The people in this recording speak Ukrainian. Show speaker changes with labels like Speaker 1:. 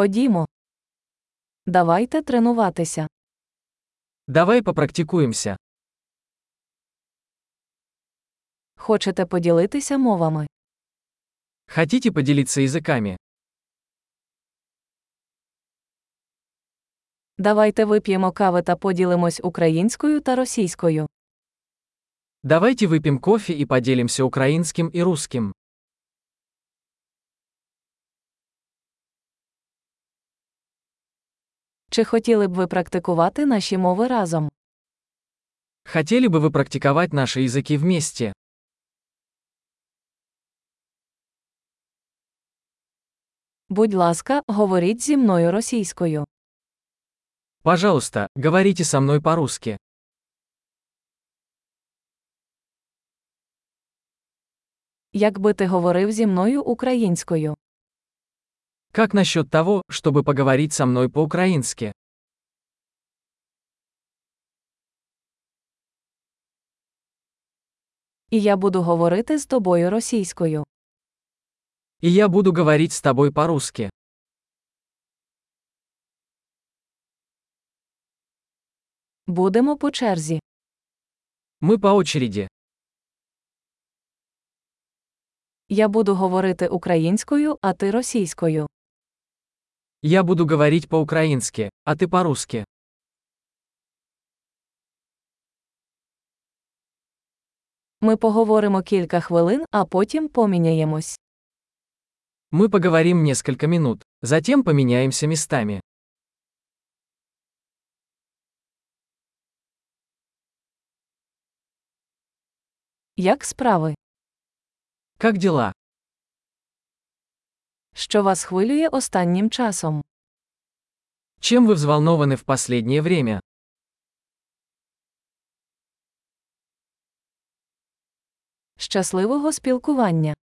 Speaker 1: Ходімо. Давайте тренуватися.
Speaker 2: Давай попрактикуемся.
Speaker 1: Хочете поділитися мовами?
Speaker 2: Хотите поделиться языками?
Speaker 1: Давайте вип'ємо кави та поділимось українською та російською.
Speaker 2: Давайте выпьем кофе и поделимся украинским и русским.
Speaker 1: Чи хотіли б ви практикувати наші мови разом?
Speaker 2: Хотели бы вы практиковать наши языки вместе?
Speaker 1: Будь ласка, говоріть зі мною російською.
Speaker 2: Пожалуйста, говорите со мной по-русски.
Speaker 1: Якби ти говорив зі мною українською.
Speaker 2: Как насчет того, чтобы поговорить со мной по-украински?
Speaker 1: І я буду говорити з тобою російською.
Speaker 2: И я буду говорить с тобой по-русски.
Speaker 1: Будемо по черзі.
Speaker 2: Мы по очереди.
Speaker 1: Я буду говорити українською, а ти російською.
Speaker 2: Я буду говорить по-украински, а ты по-русски.
Speaker 1: Ми поговоримо кілька хвилин, а потім поміняємось.
Speaker 2: Мы поговорим несколько минут, затем поменяемся местами.
Speaker 1: Як справи?
Speaker 2: Как дела?
Speaker 1: Що вас хвилює останнім часом?
Speaker 2: Чем вы взволнованы в последнее время?
Speaker 1: Щасливого спілкування!